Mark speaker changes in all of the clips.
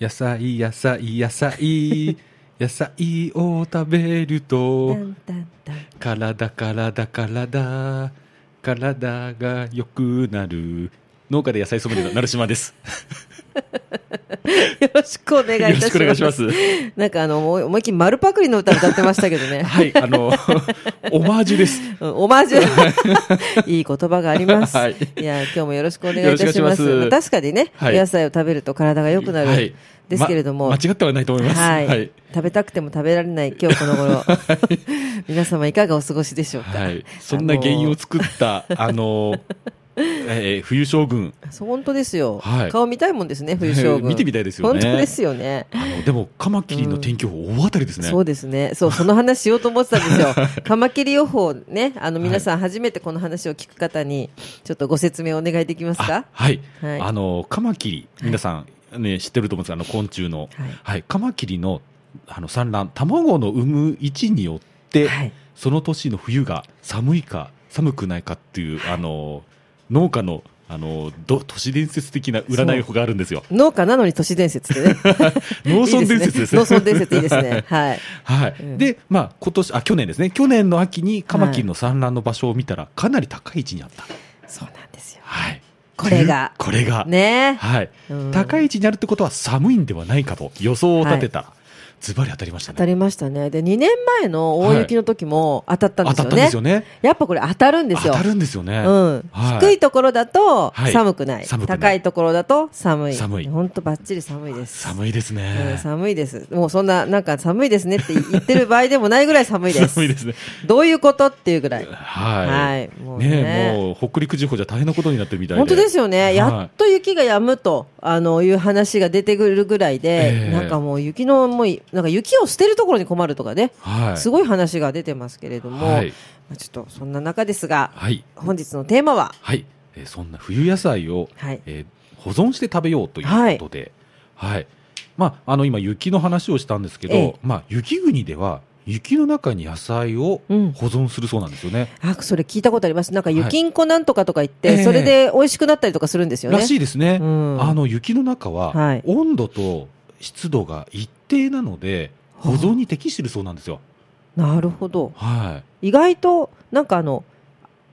Speaker 1: 野菜野菜野 菜野菜を食べる
Speaker 2: タ
Speaker 1: と
Speaker 2: ンタンタン
Speaker 1: 体体体体が良くなる農家で野菜ソムリエの成島です
Speaker 2: よろしくお願いいたし
Speaker 1: よ
Speaker 2: ま
Speaker 1: ろ
Speaker 2: す
Speaker 1: しくお願いします
Speaker 2: なんかあの思い思いっきり丸パクリの歌歌ってましたけどね
Speaker 1: はいあ のオマージュです
Speaker 2: うんオマージ ュ。いい言葉があります。
Speaker 1: はいい、
Speaker 2: や、今日もよろしくお願いいたします。
Speaker 1: よろしくお願いします
Speaker 2: まあ確かにね、
Speaker 1: はい
Speaker 2: お野菜を食べると体が良くなる、
Speaker 1: はい
Speaker 2: ですけれども。
Speaker 1: ま間違ってはないと思います
Speaker 2: はい、
Speaker 1: はい
Speaker 2: 食べたくても食べられない今日この 頃。皆様いかがお過ごしでしょうか。
Speaker 1: はいそんな原因を作ったあのえー冬将軍
Speaker 2: そう本当ですよ、
Speaker 1: はい
Speaker 2: 顔見たいもんですね、冬将軍。
Speaker 1: 見てみたいですよね
Speaker 2: 本当ですよね。
Speaker 1: あのでもカマキリの天気予報大当たりですね
Speaker 2: そうですね。そう、その話しようと思ってたんです よ。カマキリ予報ね、あの皆さん初めてこの話を聞く方に、ちょっとご説明お願いできます
Speaker 1: あ
Speaker 2: か
Speaker 1: はい、
Speaker 2: はい
Speaker 1: あのカマキリ皆さん、ね知ってると思うんですがあの昆虫の、
Speaker 2: は
Speaker 1: はいいカマキリのあの産卵卵の産む位置によって、
Speaker 2: はい
Speaker 1: その年の冬が寒いか寒くないかっていう、あの農家のあのど都市伝説的な占いがあるんですよ
Speaker 2: 農家なのに都市伝説 でね。
Speaker 1: 農村伝説です
Speaker 2: い
Speaker 1: ね
Speaker 2: い農村伝説いいですね。はい。
Speaker 1: はい、
Speaker 2: うん
Speaker 1: でまあ今年あ去年ですね去年の秋にカマキリの産卵の場所を見たらかなり高い位置にあった
Speaker 2: そうなんですよ。
Speaker 1: はい
Speaker 2: これが
Speaker 1: これが
Speaker 2: ね
Speaker 1: はい
Speaker 2: うん、
Speaker 1: 高い位置にあるってことは寒いんではないかと予想を立てた、ズバリ当たりました
Speaker 2: 当た
Speaker 1: ね。
Speaker 2: りましたね。で、2年前の大雪の時も当たったん
Speaker 1: 当
Speaker 2: です
Speaker 1: たっ
Speaker 2: よ
Speaker 1: た
Speaker 2: ね。
Speaker 1: んですよね。
Speaker 2: やっぱこれ当たるんです
Speaker 1: 当
Speaker 2: よ。
Speaker 1: たるんですよね。
Speaker 2: うん
Speaker 1: はい
Speaker 2: 低いところだと
Speaker 1: はい
Speaker 2: 寒くない,、
Speaker 1: 寒くない
Speaker 2: 高いところだと寒い
Speaker 1: 寒い
Speaker 2: 本当ばっちり寒いです
Speaker 1: 寒いです
Speaker 2: うん
Speaker 1: ね。
Speaker 2: 寒いですもうそんななんか寒い ですねって言ってる場合でもないぐらい寒いです
Speaker 1: 寒いですね。
Speaker 2: どういうことっていうぐらい
Speaker 1: はい。
Speaker 2: はいもうね
Speaker 1: ねえもう北陸地方じゃ大変なことになってるみたいで。
Speaker 2: 本当ですよね、
Speaker 1: はい
Speaker 2: やっと雪が止むとあのいう話が出てくるぐらいで、
Speaker 1: ええ
Speaker 2: なんかもう雪のもういなんか雪を捨てるところに困るとかね、
Speaker 1: はい。
Speaker 2: すごい話が出てますけれども、
Speaker 1: はい
Speaker 2: まあ、ちょっとそんな中ですが、
Speaker 1: はい。
Speaker 2: 本日のテーマは、
Speaker 1: はい。えーそんな冬野菜を、
Speaker 2: はい
Speaker 1: えー保存して食べようということで、はい。まあ、あの、今、雪の話をしたんですけど、
Speaker 2: ええ
Speaker 1: まあ、雪国では、雪の中に野菜を保
Speaker 2: うん
Speaker 1: 存するそうなんですよね。
Speaker 2: あそれ聞いたことあります、なんか
Speaker 1: はい
Speaker 2: 雪んこなんとかとか言って、
Speaker 1: ええ
Speaker 2: それで美味しくなったりとかするんですよね。
Speaker 1: らしいですね、
Speaker 2: うん
Speaker 1: あの雪の中
Speaker 2: は
Speaker 1: はい温度と湿度が一定なので
Speaker 2: はあ
Speaker 1: 保存に適してるそうなんですよ、
Speaker 2: なるほど、
Speaker 1: はい、
Speaker 2: 意外となんかあの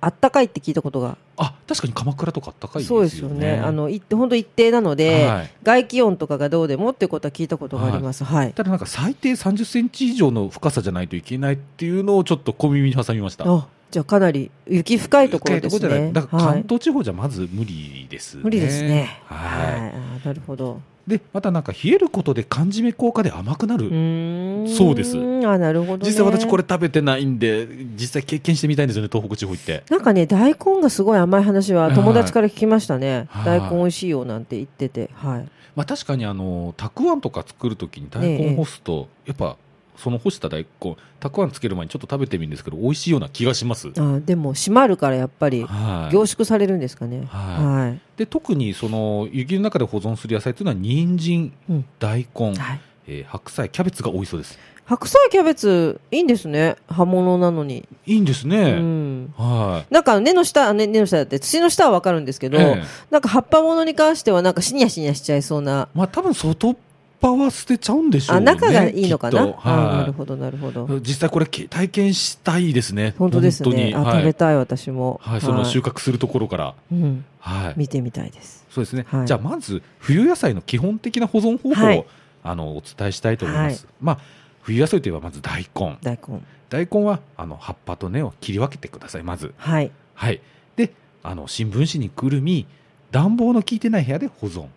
Speaker 2: あったかいって聞いたことが、
Speaker 1: あ確かに鎌倉とかあったかいです
Speaker 2: そ
Speaker 1: よ
Speaker 2: う
Speaker 1: ね
Speaker 2: ですよね、あのい本当一定なので、
Speaker 1: はい
Speaker 2: 外気温とかがどうでもってことは聞いたことがあります。はい
Speaker 1: ただなんか最低30センチ以上の深さじゃないといけないっていうのをちょっと小耳に挟みました
Speaker 2: あじゃあかなり雪深いところです
Speaker 1: 深いじゃな
Speaker 2: ね
Speaker 1: いだから
Speaker 2: は
Speaker 1: 関
Speaker 2: い、
Speaker 1: 東地方じゃまず無理ですね
Speaker 2: 無理ですね
Speaker 1: はい
Speaker 2: はいあーなるほど
Speaker 1: でまたなんか冷えることで缶詰効果で甘くなる、
Speaker 2: うーん
Speaker 1: そうです
Speaker 2: あなるほど、ね、
Speaker 1: 実際私これ食べてないんで実際経験してみたいんですよね東北地方行って
Speaker 2: なんかね大根がすごい甘い話は友達から聞きましたね、
Speaker 1: はい
Speaker 2: 大根美味しいよなんて言っててはい
Speaker 1: まあ、確かにあのたくあんとか作るときに大
Speaker 2: ええ
Speaker 1: 根干すと、やっぱその干した大根たくあんつける前にちょっと食べてみるんですけど美味しいような気がします、
Speaker 2: あーでも閉まるからやっぱり
Speaker 1: はい
Speaker 2: 凝縮されるんですかね
Speaker 1: は
Speaker 2: はい
Speaker 1: で特にその雪の中で保存する野菜というのは人参、
Speaker 2: うん
Speaker 1: 大根、
Speaker 2: はい
Speaker 1: えー白菜キャベツが多いそうです
Speaker 2: 白菜キャベツいいんですね葉物なのに、
Speaker 1: いいんです
Speaker 2: う
Speaker 1: ね、
Speaker 2: ん
Speaker 1: はい
Speaker 2: なんか根の下根根の下だって土の下はわかるんですけど、
Speaker 1: ええ
Speaker 2: なんか葉っぱものに関してはなんかシニヤシニヤしちゃいそうな
Speaker 1: まあ多分外っ端は捨てちゃうんでしょう
Speaker 2: あ
Speaker 1: ね
Speaker 2: 仲がいいのかな、
Speaker 1: きっと
Speaker 2: あなる
Speaker 1: は
Speaker 2: ほどなるほど
Speaker 1: い、実際これけ体験したいですね
Speaker 2: 本当です
Speaker 1: 本
Speaker 2: ね
Speaker 1: に
Speaker 2: あ、
Speaker 1: は
Speaker 2: 食べ
Speaker 1: い、
Speaker 2: たい私も
Speaker 1: はい、その収穫するところから、
Speaker 2: うん、
Speaker 1: はい、
Speaker 2: 見てみたいです
Speaker 1: そうですね、
Speaker 2: はい
Speaker 1: じゃあまず冬野菜の基本的な保存方法を、
Speaker 2: はい
Speaker 1: あのお伝えしたいと思います、まあ、冬野菜といえばまず大根
Speaker 2: 大根
Speaker 1: 大根はあの葉っぱと根を切り分けてくださいまず
Speaker 2: はい
Speaker 1: はいであの新聞紙にくるみ暖房の効いてない部屋で保存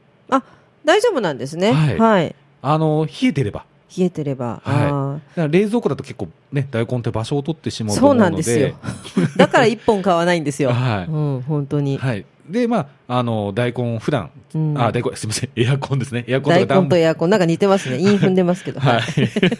Speaker 2: 大丈夫なんですねは、
Speaker 1: はいいあの冷えてれば
Speaker 2: 冷えてれば、
Speaker 1: はい
Speaker 2: あ
Speaker 1: だから冷蔵庫だと結構ね大根って場所を取ってし
Speaker 2: ー
Speaker 1: まうと
Speaker 2: そ
Speaker 1: 思
Speaker 2: う
Speaker 1: うので
Speaker 2: なんですよだから一本買わないんですよ、
Speaker 1: はい
Speaker 2: うん本当に、
Speaker 1: はい、で、まあ、あの、大根を普段、
Speaker 2: うん
Speaker 1: あ、大根、すみません、エアコンですね。エアコンと
Speaker 2: 大
Speaker 1: か
Speaker 2: 根とエアコン、なんか似て ますね。イン踏んでますけど。
Speaker 1: はい。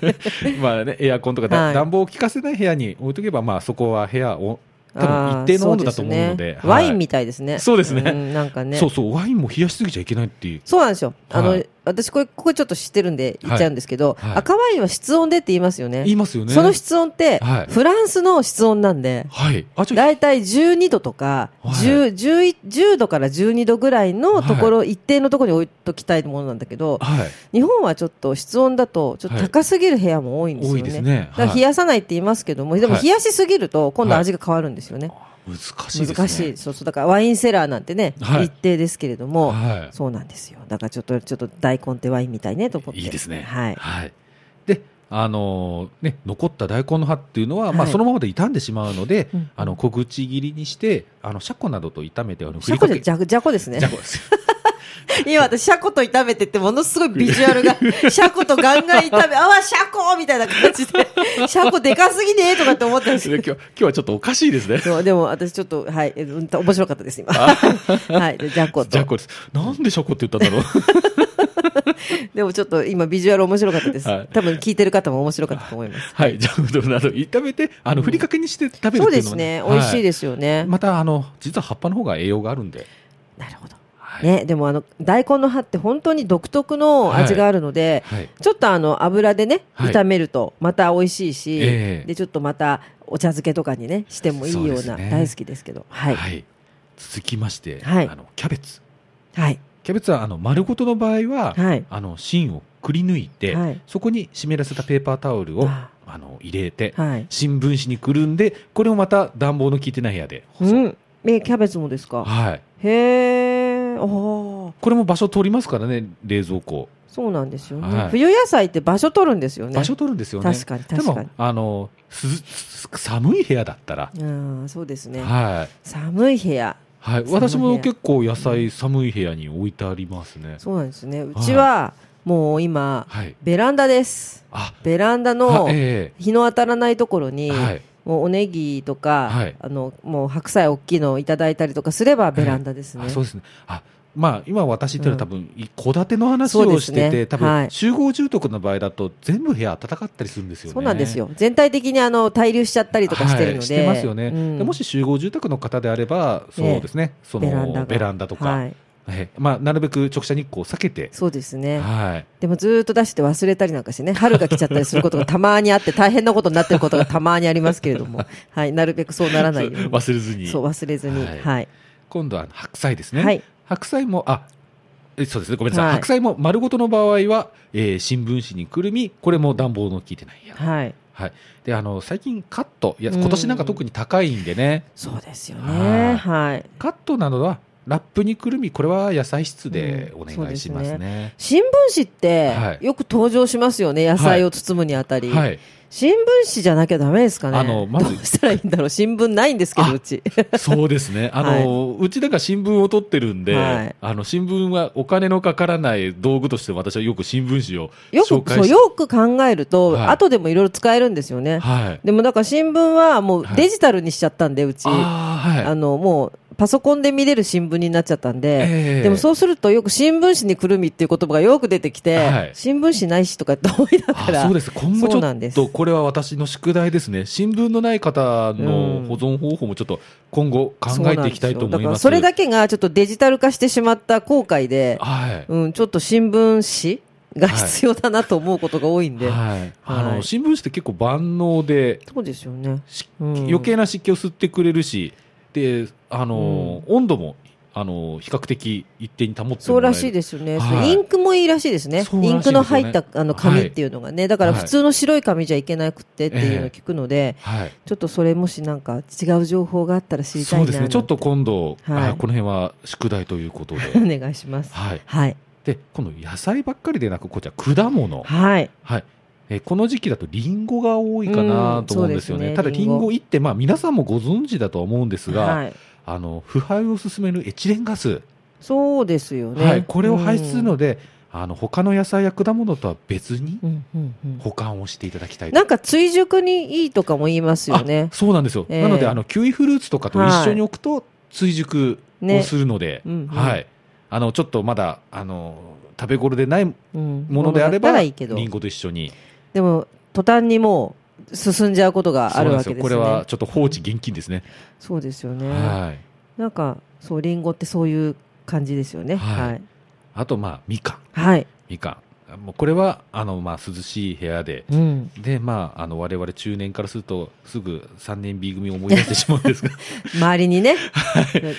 Speaker 1: まあね、エアコンとかだ、
Speaker 2: はい
Speaker 1: 暖房を効かせない部屋に置いとけば、まあそこは部屋を、多分一定の温度だと思うの
Speaker 2: あ
Speaker 1: で。
Speaker 2: ーそうすねワインみ
Speaker 1: た
Speaker 2: たいですね。
Speaker 1: そうですね
Speaker 2: んなんかね。
Speaker 1: そうそう、ワインも冷やしすぎちゃいけないっていう。
Speaker 2: そうなんですよ。あの、
Speaker 1: はい
Speaker 2: 私これ、ここちょっと知ってるんで言っちゃうんですけど、
Speaker 1: はいはい
Speaker 2: 赤ワインは室温でって言いますよね。
Speaker 1: 言いますよね。
Speaker 2: その室温って、
Speaker 1: はい
Speaker 2: フランスの室温なんで、
Speaker 1: はい。あ、じゃあ
Speaker 2: 大体12度とか、
Speaker 1: はい
Speaker 2: 10 11 10度から12度ぐらいのところ、一定のところに置いときたいものなんだけど、
Speaker 1: はい。
Speaker 2: 日本はちょっと室温だと、ちょっと高すぎる部屋も多いんですよ
Speaker 1: 多
Speaker 2: ね。
Speaker 1: いですね。
Speaker 2: だから冷
Speaker 1: や、
Speaker 2: やさないって言いますけども、でも
Speaker 1: はい
Speaker 2: 冷やしすぎると、今度味が変わるんですよね。
Speaker 1: 難しいですね。
Speaker 2: 難しい。そうそう。だからワインセラーなんてね、
Speaker 1: はい
Speaker 2: 一定ですけれども、
Speaker 1: は
Speaker 2: そうなんですよ。だからちょっと、ちょっと大根ってワインみたいねと思っ
Speaker 1: い。
Speaker 2: て。
Speaker 1: いいですね。
Speaker 2: はい。
Speaker 1: で、あのーね、残った大根の葉っていうのは、まあ
Speaker 2: はい
Speaker 1: そのままで傷んでしまうので、
Speaker 2: うん
Speaker 1: あの、小口切りにして、あの、シャコなどと炒めて、あの、
Speaker 2: シャコじゃ、
Speaker 1: け
Speaker 2: じゃこ、じゃこですね
Speaker 1: じ。ゃこです。
Speaker 2: 今私、シャコと炒めてって、ものすごいビジュア ルが、シャコとガンガン炒め、あわ、シャコみたいな感じで、 シャコでかすぎねとかって思 ったんです
Speaker 1: ね
Speaker 2: け
Speaker 1: 今
Speaker 2: ど。
Speaker 1: 日、今日はちょっとおかしいです ね。
Speaker 2: そうでも私ちょっと、はい、えうん面白かったです、今。
Speaker 1: あ
Speaker 2: はい、でじゃこと。
Speaker 1: じゃこです。なんでシャコって言ったんだろう。
Speaker 2: でもちょっと今ビジュアル面白かったです。
Speaker 1: はい
Speaker 2: 多分聞いてる方も面白かったと思います。
Speaker 1: はい、ジャムドなど炒めて、あの、ふりかけにして食べる
Speaker 2: そ
Speaker 1: っ
Speaker 2: う
Speaker 1: て
Speaker 2: で
Speaker 1: いうの
Speaker 2: す
Speaker 1: は
Speaker 2: ね。美味しいですよね。
Speaker 1: はいまた、あの、実は葉っぱの方が栄養があるんで。
Speaker 2: なるほど。
Speaker 1: はい。
Speaker 2: ね、でもあの、大根の葉って本当に独特の味があるので、
Speaker 1: はい。
Speaker 2: ちょっとあの、油でね、
Speaker 1: はい
Speaker 2: 炒めるとまた美味しいし、
Speaker 1: ええ
Speaker 2: で、ちょっとまたお茶漬けとかにね、してもいいよ
Speaker 1: そう
Speaker 2: う
Speaker 1: です
Speaker 2: な、
Speaker 1: ね
Speaker 2: 大好きですけど。はい。はい。
Speaker 1: はい続きまして、
Speaker 2: はい
Speaker 1: あの、キャベツ。キャベツは、あの、丸ごとの場合は、
Speaker 2: はい
Speaker 1: あの、芯をくり抜いて、
Speaker 2: はい
Speaker 1: そこに湿らせたペーパータオルを、
Speaker 2: あ
Speaker 1: あの、入れて、
Speaker 2: はい。
Speaker 1: 新聞紙にくるんで、これをまた暖房の効いてない部屋で保
Speaker 2: う
Speaker 1: 存。
Speaker 2: ん。え、キャベツもですか。
Speaker 1: はい。
Speaker 2: へえ。おー
Speaker 1: これも場所取りますからね、冷蔵庫。
Speaker 2: そうなんですよね、
Speaker 1: はい
Speaker 2: 冬野菜って場所取るんですよね。
Speaker 1: 場所取るんですよね。
Speaker 2: 確かに確か
Speaker 1: でもあのすす寒い部屋だったら、
Speaker 2: に。うん、そうですね。
Speaker 1: はい
Speaker 2: 寒い部屋。
Speaker 1: はい、
Speaker 2: 部屋
Speaker 1: 私も結構野菜寒い部屋に置いてありますね。
Speaker 2: そうなんですね。うちは、もう今、
Speaker 1: はい、
Speaker 2: ベランダです。
Speaker 1: あ
Speaker 2: ベランダの
Speaker 1: はえ
Speaker 2: 日の当たらないところ
Speaker 1: え
Speaker 2: に、
Speaker 1: はい、
Speaker 2: もうおネギとか、
Speaker 1: はい
Speaker 2: あの、もう白菜大きいのをいただいたりとかすればベランダですね。
Speaker 1: あそうですね。あまあ、今私っていうのは多分、い戸建ての話
Speaker 2: そう
Speaker 1: を
Speaker 2: で
Speaker 1: し
Speaker 2: す
Speaker 1: て
Speaker 2: ね
Speaker 1: て、多
Speaker 2: は
Speaker 1: 分、
Speaker 2: い
Speaker 1: 集合住宅の場合だと、全部部屋暖かったりするんですよね。
Speaker 2: そうなんですよ。全体的にあの、滞留しちゃったりとかしてるので。
Speaker 1: はいしてますよね、
Speaker 2: うん
Speaker 1: でもし集合住宅の方であれば、そうですね、その
Speaker 2: ベランダが
Speaker 1: ベランダとか、
Speaker 2: はい。
Speaker 1: はいまあ、なるべく直射日光を避けて、
Speaker 2: そうですね。
Speaker 1: はい、
Speaker 2: でもずーっと出して忘れたりなんかしてね、春が来ちゃったりすることがたまにあって、大変なことになってることがたまにありますけれど も、はい、なるべくそうならないように。
Speaker 1: 忘れずに。
Speaker 2: そう、忘れずに。
Speaker 1: は
Speaker 2: はいい。
Speaker 1: 今度は白菜ですね、
Speaker 2: はい
Speaker 1: 白菜もあえそうですねごめんなさい、
Speaker 2: はい
Speaker 1: 白菜も丸ごとの場合は、えー新聞紙にくるみこれも暖房の効いてないや、
Speaker 2: はい。
Speaker 1: はい、であの最近カットいや
Speaker 2: うん
Speaker 1: 今年なんか特に高いんでね
Speaker 2: そうですよ
Speaker 1: はい
Speaker 2: ね。はい。
Speaker 1: カットなどはラップにくるみこれは野菜室でお願いします
Speaker 2: うんそうです
Speaker 1: ね,、
Speaker 2: 新聞紙って
Speaker 1: は、い
Speaker 2: よく登場しますよね。野菜を包むにあたり。
Speaker 1: はい
Speaker 2: 新聞紙じゃなきゃダメですかね。
Speaker 1: あのまず
Speaker 2: どうしたらいいんだろう。新聞ないんですけ
Speaker 1: あ
Speaker 2: ど、う ち。
Speaker 1: そうですね。あの、うちだから新聞を取ってるんで、
Speaker 2: はい
Speaker 1: あの、新聞はお金のかからない道具として私はよく新聞紙を
Speaker 2: よ
Speaker 1: 紹
Speaker 2: く、
Speaker 1: 介
Speaker 2: そう、
Speaker 1: し
Speaker 2: よく考えると、
Speaker 1: はい
Speaker 2: 後でもいろいろ使えるんですよね。
Speaker 1: はい。
Speaker 2: でもだから新聞はもう
Speaker 1: はい
Speaker 2: デジタルにしちゃったんで、うち。
Speaker 1: あーはい。
Speaker 2: あの、もう、パソコンで見れる新聞になっちゃったん
Speaker 1: え
Speaker 2: で、
Speaker 1: え
Speaker 2: でもそうするとよく新聞紙にくるみっていう言葉がよく出てきて、
Speaker 1: はい
Speaker 2: 新聞紙ないしとかって思いながら。
Speaker 1: あそうです今後ち
Speaker 2: そう
Speaker 1: ょ
Speaker 2: な
Speaker 1: っ
Speaker 2: んです
Speaker 1: とこれは私の宿題ですね新聞のない方の保存方法もちょっと今後考えていきたいと思
Speaker 2: そうな
Speaker 1: います
Speaker 2: んですよだからそれだけがちょっとデジタル化してしまった後悔で、
Speaker 1: はい、
Speaker 2: うん、ちょっと新聞紙が必要だなと思うことが多いんで。
Speaker 1: はい、あの、
Speaker 2: はい
Speaker 1: 新聞紙って結構万能で
Speaker 2: そうですよね。
Speaker 1: 湿
Speaker 2: うん
Speaker 1: 余計な湿気を吸ってくれるしであの、温度もあの比較的一定に保ってもらえる
Speaker 2: そうらしいですよね、
Speaker 1: はい
Speaker 2: そうインクもいいらしいですね。
Speaker 1: そうらしい
Speaker 2: イ
Speaker 1: で
Speaker 2: ン
Speaker 1: す
Speaker 2: ク
Speaker 1: よね
Speaker 2: の入ったあの
Speaker 1: はい
Speaker 2: 紙っていうのがね、だから
Speaker 1: はい
Speaker 2: 普通の白い紙じゃいけなくてっていうのを聞くので、
Speaker 1: はい
Speaker 2: ちょっとそれもしなんか違う情報があったら知りたい
Speaker 1: そ
Speaker 2: な
Speaker 1: うですねちょっと今度、
Speaker 2: はい
Speaker 1: あこの辺は宿題ということで
Speaker 2: お願いします。
Speaker 1: はい
Speaker 2: はい。
Speaker 1: で今度野菜ばっかりでなくこちら果物
Speaker 2: はい。
Speaker 1: はい。えーこの時期だとリンゴが多いかなと思うんですよね。
Speaker 2: うん
Speaker 1: た
Speaker 2: そう
Speaker 1: だ
Speaker 2: ですね
Speaker 1: リンゴ1って、まあ皆さんもご存知だとは思うんですが、
Speaker 2: はい。
Speaker 1: あの、腐敗を進めるエチレンガス。
Speaker 2: そうですよね。
Speaker 1: はい。これを排出するので、あの、他の野菜や果物とは別に
Speaker 2: うん、うんうんうん
Speaker 1: 保管をしていただきたいと。
Speaker 2: なんか追熟にいいとかも言いますよね
Speaker 1: あ。そうなんですよ。
Speaker 2: えー
Speaker 1: なので、あの、キウイフルーツとかと一緒に置くと、追熟
Speaker 2: ね
Speaker 1: をするので、
Speaker 2: うんうん
Speaker 1: はい、あのちょっとまだあの食べ頃でないも
Speaker 2: うん
Speaker 1: のであ
Speaker 2: ものだ
Speaker 1: れ
Speaker 2: った
Speaker 1: ば、
Speaker 2: らい
Speaker 1: り
Speaker 2: い
Speaker 1: ん
Speaker 2: けど
Speaker 1: リンゴと一緒に
Speaker 2: でも途端にもう進んじゃうことがあるわけですよね
Speaker 1: これはちょっと放置厳禁ですね。
Speaker 2: そうですよね、
Speaker 1: はい
Speaker 2: なんかそうリンゴってそういう感じですよね
Speaker 1: はい
Speaker 2: はい、
Speaker 1: あとまあみかん
Speaker 2: はい
Speaker 1: みかんもうこれはあのまあ涼しい部屋で。
Speaker 2: うん、
Speaker 1: でまあ、あの我々中年からするとすぐ3年 B 組を思い出してしまうん ですが
Speaker 2: 周りにね、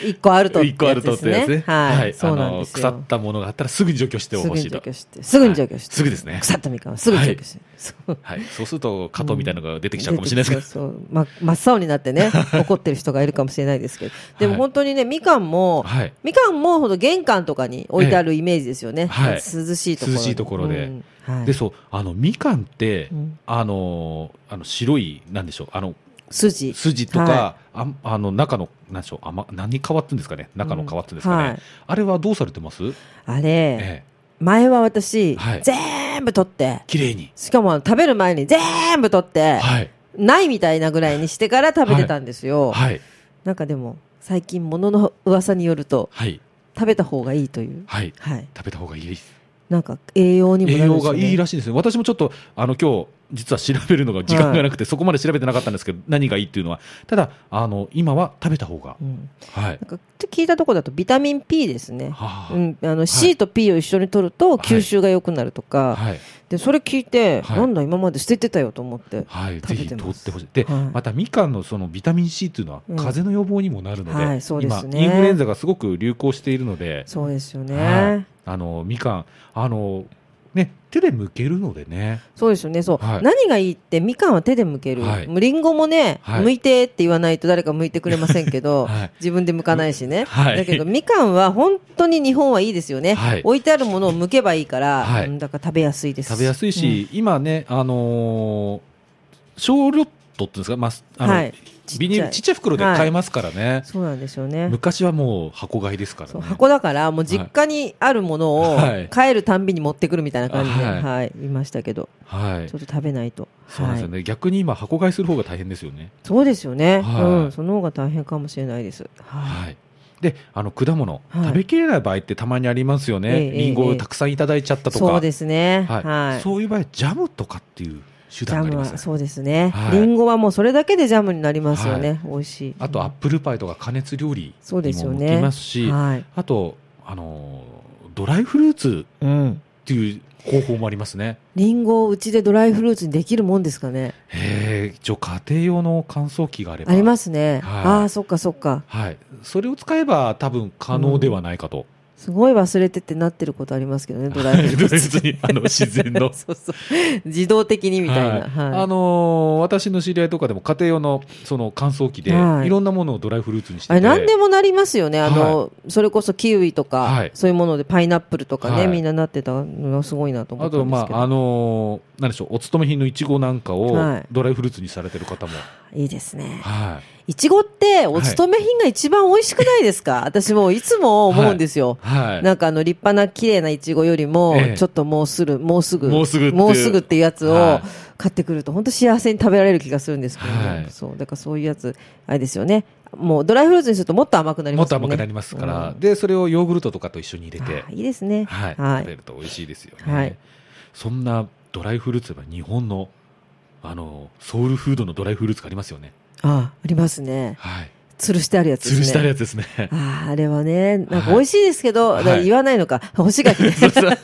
Speaker 2: 一個あるとって
Speaker 1: 一個あ
Speaker 2: や
Speaker 1: る
Speaker 2: つで
Speaker 1: とっ
Speaker 2: す
Speaker 1: てやつ
Speaker 2: ね
Speaker 1: ね。。
Speaker 2: はい、
Speaker 1: あ
Speaker 2: そうなん
Speaker 1: の
Speaker 2: です
Speaker 1: 腐っ
Speaker 2: よ。
Speaker 1: たものがあったらすぐに除去して
Speaker 2: すぐ
Speaker 1: ほ
Speaker 2: に
Speaker 1: しい
Speaker 2: 除
Speaker 1: と。
Speaker 2: 去して、すぐに除去して、
Speaker 1: はいすぐですね
Speaker 2: 腐ったみかんはすぐ除去して、そう
Speaker 1: はい。そうすると、加藤みたいなのが出てきちゃうかもしれないですけど。
Speaker 2: そうそうま真っ青になってね、怒ってる人がいるかもしれないですけど、でも
Speaker 1: はい
Speaker 2: 本当にね、みかんも、
Speaker 1: はい。
Speaker 2: みかんもほど玄関とかに置いてあるイメージですよね。
Speaker 1: はい
Speaker 2: 涼しいところ。
Speaker 1: 涼しいところで
Speaker 2: うんはい、
Speaker 1: で、そう、あの、みかんって
Speaker 2: う、ん
Speaker 1: あのー、あの、白い、なんでしょう、あの、
Speaker 2: 筋。
Speaker 1: 筋とか
Speaker 2: は、
Speaker 1: あんあの、中の、なんでしょう、あま、何変わってんですかね中の変わってんですか
Speaker 2: うんは
Speaker 1: ね
Speaker 2: い
Speaker 1: あれはどうされてます
Speaker 2: あれ、
Speaker 1: ええ。
Speaker 2: 前は私、
Speaker 1: はい
Speaker 2: 全部取って、
Speaker 1: 綺麗に。
Speaker 2: しかも食べる前に全部取って、
Speaker 1: はい。
Speaker 2: ないみたいなぐらいにしてから食べてたんですよ。
Speaker 1: はい。
Speaker 2: なんかでも、最近、ものの噂によると、
Speaker 1: はい。
Speaker 2: 食べた方がいいという。
Speaker 1: はい。
Speaker 2: はい。
Speaker 1: 食べた方がいいです。
Speaker 2: なんか、栄養にも
Speaker 1: 栄
Speaker 2: なる
Speaker 1: 養
Speaker 2: んですよ
Speaker 1: が
Speaker 2: ね
Speaker 1: いいらしいんですね。私もちょっと、あの、今日、実は調べるのが時間がなくて、そこまで調べてなかったんですけど、何がいいっていうのは、ただ、あの、今は食べた方が
Speaker 2: う。ん。
Speaker 1: はい
Speaker 2: な。んか、ちょっと聞いたところだと、ビタミン P ですね。
Speaker 1: はあ
Speaker 2: うん、あの C と P を一緒に取ると吸収が良くなるとか、
Speaker 1: はい。
Speaker 2: でそれ聞いて、
Speaker 1: はい
Speaker 2: なんだ今まで捨ててたよと思って、
Speaker 1: はい、
Speaker 2: 食
Speaker 1: ぜ
Speaker 2: べ
Speaker 1: ひ
Speaker 2: て
Speaker 1: 取
Speaker 2: ま
Speaker 1: っ
Speaker 2: す
Speaker 1: てほしい。で、
Speaker 2: はい
Speaker 1: またみかんのそのビタミン C というのは
Speaker 2: うん
Speaker 1: 風邪の予防にもなるので、
Speaker 2: はいそうですね
Speaker 1: 今インフルエンザがすごく流行しているので、
Speaker 2: そうですよね、
Speaker 1: はいあのみかんあのね手で剥けるのでね、
Speaker 2: そうですよねそう、
Speaker 1: はい
Speaker 2: 何がいいってみかんは手で剥ける、
Speaker 1: はい
Speaker 2: もうりんごもね、
Speaker 1: はい
Speaker 2: 剥いてって言わないと誰か剥いてくれませんけど、
Speaker 1: はい
Speaker 2: 自分で剥かないしね、
Speaker 1: はい
Speaker 2: だけどみかんは本当に日本はいいですよね、
Speaker 1: はい
Speaker 2: 置いてあるものを剥けばいいから、
Speaker 1: はい
Speaker 2: うんだから食べやすいです
Speaker 1: 食べやすいし、今ねあのー小ロットっていうんですか、まああの、
Speaker 2: はいちっちゃい
Speaker 1: ビニールちっちゃい袋で買えますからね。
Speaker 2: そうなんですよね
Speaker 1: 昔はもう箱買いですから
Speaker 2: そ
Speaker 1: ね。
Speaker 2: う箱だからもう実家にあるものを
Speaker 1: はい
Speaker 2: 帰るたんびに持ってくるみたいな感じで、
Speaker 1: は
Speaker 2: はいいいましたけど
Speaker 1: はい
Speaker 2: ちょ。っと食べないと
Speaker 1: そうなんですよ
Speaker 2: はい
Speaker 1: ね。逆に今箱買いする方が大変ですよね。
Speaker 2: そうですよね、
Speaker 1: はい
Speaker 2: うん、その方が大変かもしれないです、はい
Speaker 1: はい、であの果物、
Speaker 2: はい
Speaker 1: 食べきれない場合ってたまにありますよ
Speaker 2: え
Speaker 1: ね、
Speaker 2: え
Speaker 1: りんごをたくさんいただいちゃったとか、
Speaker 2: そうですね、
Speaker 1: はい
Speaker 2: はい、
Speaker 1: そういう場合、ジャムとかっていう手
Speaker 2: ジ
Speaker 1: 段
Speaker 2: ャ
Speaker 1: があり
Speaker 2: ム
Speaker 1: ま
Speaker 2: は
Speaker 1: すね
Speaker 2: そうですね、
Speaker 1: はい
Speaker 2: りんごはもうそれだけでジャムになりますよね、
Speaker 1: は
Speaker 2: 美味しい
Speaker 1: あとアップルパイとか加熱料理
Speaker 2: そうで
Speaker 1: に
Speaker 2: す
Speaker 1: も
Speaker 2: よ
Speaker 1: 向
Speaker 2: ね
Speaker 1: きますし、
Speaker 2: はい
Speaker 1: あと、あのードライフルーツ
Speaker 2: うん、
Speaker 1: っていう方法もありますね。
Speaker 2: りんごをうちでドライフルーツにできるもんですかね
Speaker 1: へー一応、家庭用の乾燥機があれば
Speaker 2: ありますね、
Speaker 1: はい
Speaker 2: ああそっかそっか
Speaker 1: はい、それを使えば多分可能ではないかと、
Speaker 2: すごい忘れてってなってることありますけどねドライフル
Speaker 1: ドライ
Speaker 2: ー
Speaker 1: フル
Speaker 2: ツ
Speaker 1: ーツに あの自然の
Speaker 2: そうそう自動的にみたいな、
Speaker 1: は
Speaker 2: はいい
Speaker 1: あのー私の知り合いとかでも家庭用のその乾燥機で、、
Speaker 2: はいい
Speaker 1: ろんなものをドライフルーツにしてて
Speaker 2: あれ何でもなりますよね、あのそれこそキウイとか、
Speaker 1: はい
Speaker 2: そういうものでパイナップルとかね、
Speaker 1: はい
Speaker 2: みんななってたのがすごいなと思
Speaker 1: あ
Speaker 2: った
Speaker 1: と、
Speaker 2: んで
Speaker 1: ます
Speaker 2: けど、
Speaker 1: ああのーなんでしょうお勤め品のいちごなんかを
Speaker 2: はい
Speaker 1: ドライフルーツにされてる方も、
Speaker 2: いいですね
Speaker 1: はい
Speaker 2: ちごってお勤め品が一番美味しくないですか、私もういつも思うんですよ、
Speaker 1: い、はい、
Speaker 2: なんかあの立派な綺麗ないちごよりも、
Speaker 1: ええ
Speaker 2: ちょっともうすぐもうすぐ
Speaker 1: もうすぐっていう
Speaker 2: もうすぐっていうやつ
Speaker 1: は
Speaker 2: を
Speaker 1: い
Speaker 2: 買ってくると本当幸せに食べられる気がするんですけど、ね
Speaker 1: はい
Speaker 2: そうだからそういうやつあれですよねもうドライフルーツにするともっと甘くなり
Speaker 1: も
Speaker 2: ま
Speaker 1: っ
Speaker 2: す
Speaker 1: と
Speaker 2: よね
Speaker 1: 甘くなりますから、
Speaker 2: うん
Speaker 1: でそれをヨーグルトとかと一緒に入れて
Speaker 2: あ、いいですね
Speaker 1: はい
Speaker 2: はい
Speaker 1: 食べると美味しいですよね、
Speaker 2: はい
Speaker 1: そんなドライフルーツは日本のあのーソウルフードのドライフルーツがありますよね、
Speaker 2: あありますね
Speaker 1: はい、
Speaker 2: 吊るしてあるやつです
Speaker 1: 吊
Speaker 2: ね
Speaker 1: るしてあるやつですね
Speaker 2: ああ、あれ はね、なんか美味しいですけど、
Speaker 1: はい
Speaker 2: だから言わないのか、 干し柿で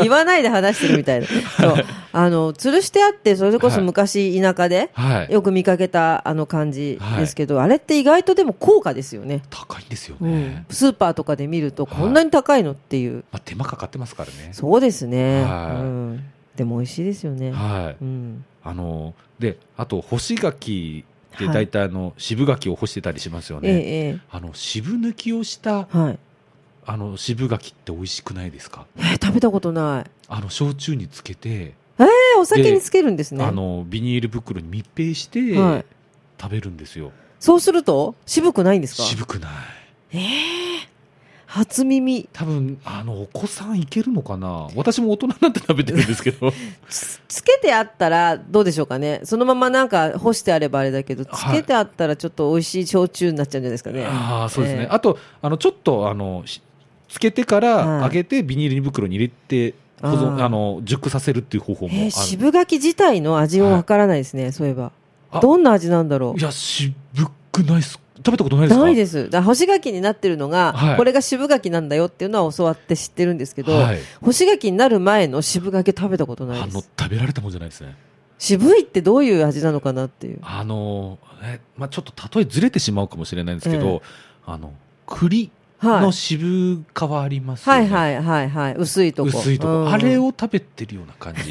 Speaker 2: 言わないで話してるみたい な。そう。あの、吊るしてあって、それこそ昔田舎で、
Speaker 1: はい
Speaker 2: よく見かけたあの感じですけど、あれって意外とでも高価ですよね。
Speaker 1: 高いんですよ
Speaker 2: う
Speaker 1: ね、
Speaker 2: ん、スーパーとかで見ると、
Speaker 1: はい
Speaker 2: こんなに高いのっていう。
Speaker 1: まあ、手間かかってますからね。
Speaker 2: そうですね、
Speaker 1: はい
Speaker 2: うん。でも美味しいですよね。
Speaker 1: は
Speaker 2: う
Speaker 1: い。
Speaker 2: ん。
Speaker 1: あの、で、あと、干し柿って大体、あの、渋柿を干してたりしますよ
Speaker 2: ええ
Speaker 1: ね。
Speaker 2: え
Speaker 1: あの、渋抜きをした、
Speaker 2: えはい。
Speaker 1: あの、渋柿って美味しくないですか
Speaker 2: えー食べたことない。
Speaker 1: あの、焼酎につけて、
Speaker 2: えーお酒につけるんですね
Speaker 1: あ。の、ビニール袋に密閉して、
Speaker 2: はい
Speaker 1: 食べるんですよ。
Speaker 2: そうすると、渋くないんですか
Speaker 1: 渋くない。
Speaker 2: ええ初耳
Speaker 1: 多分あのお子さんいけるのかな私も大人になって食べてるんですけど
Speaker 2: つつけてあったらどうでしょうかねそのままなんか干してあればあれだけどつ
Speaker 1: はい
Speaker 2: けてあったらちょっと美味しい焼酎になっちゃうんじゃないですかね
Speaker 1: ああそうですね、
Speaker 2: ええ
Speaker 1: あとあのちょっとあのしつけてか
Speaker 2: はい
Speaker 1: ら揚げてビニール袋に入れて保存
Speaker 2: あー
Speaker 1: あの熟させるっていう方法もあ
Speaker 2: え
Speaker 1: る
Speaker 2: ー、渋柿自体の味をわからないですね、そういえば
Speaker 1: あ
Speaker 2: どんな味なんだろ
Speaker 1: いや渋くないっす食べたことないうですか
Speaker 2: ないですだから干し柿になってるのが、
Speaker 1: はい
Speaker 2: これが渋柿なんだよっていうのは教わって知ってるんですけど、
Speaker 1: はい、
Speaker 2: 干し柿になる前の渋柿食べたことない
Speaker 1: あ
Speaker 2: で
Speaker 1: の
Speaker 2: す
Speaker 1: 食べられたもんじゃないですね
Speaker 2: 渋いってどういう味なのかなっていう
Speaker 1: あのえ、まあ、ちょっと例えずれてしまうかもしれないんですけど、あの栗
Speaker 2: は
Speaker 1: の
Speaker 2: い
Speaker 1: 渋皮ありますよ
Speaker 2: は
Speaker 1: ね、
Speaker 2: いはいはいはい薄いとこ
Speaker 1: 薄いとこ、
Speaker 2: うん
Speaker 1: あれを食べてるような感じ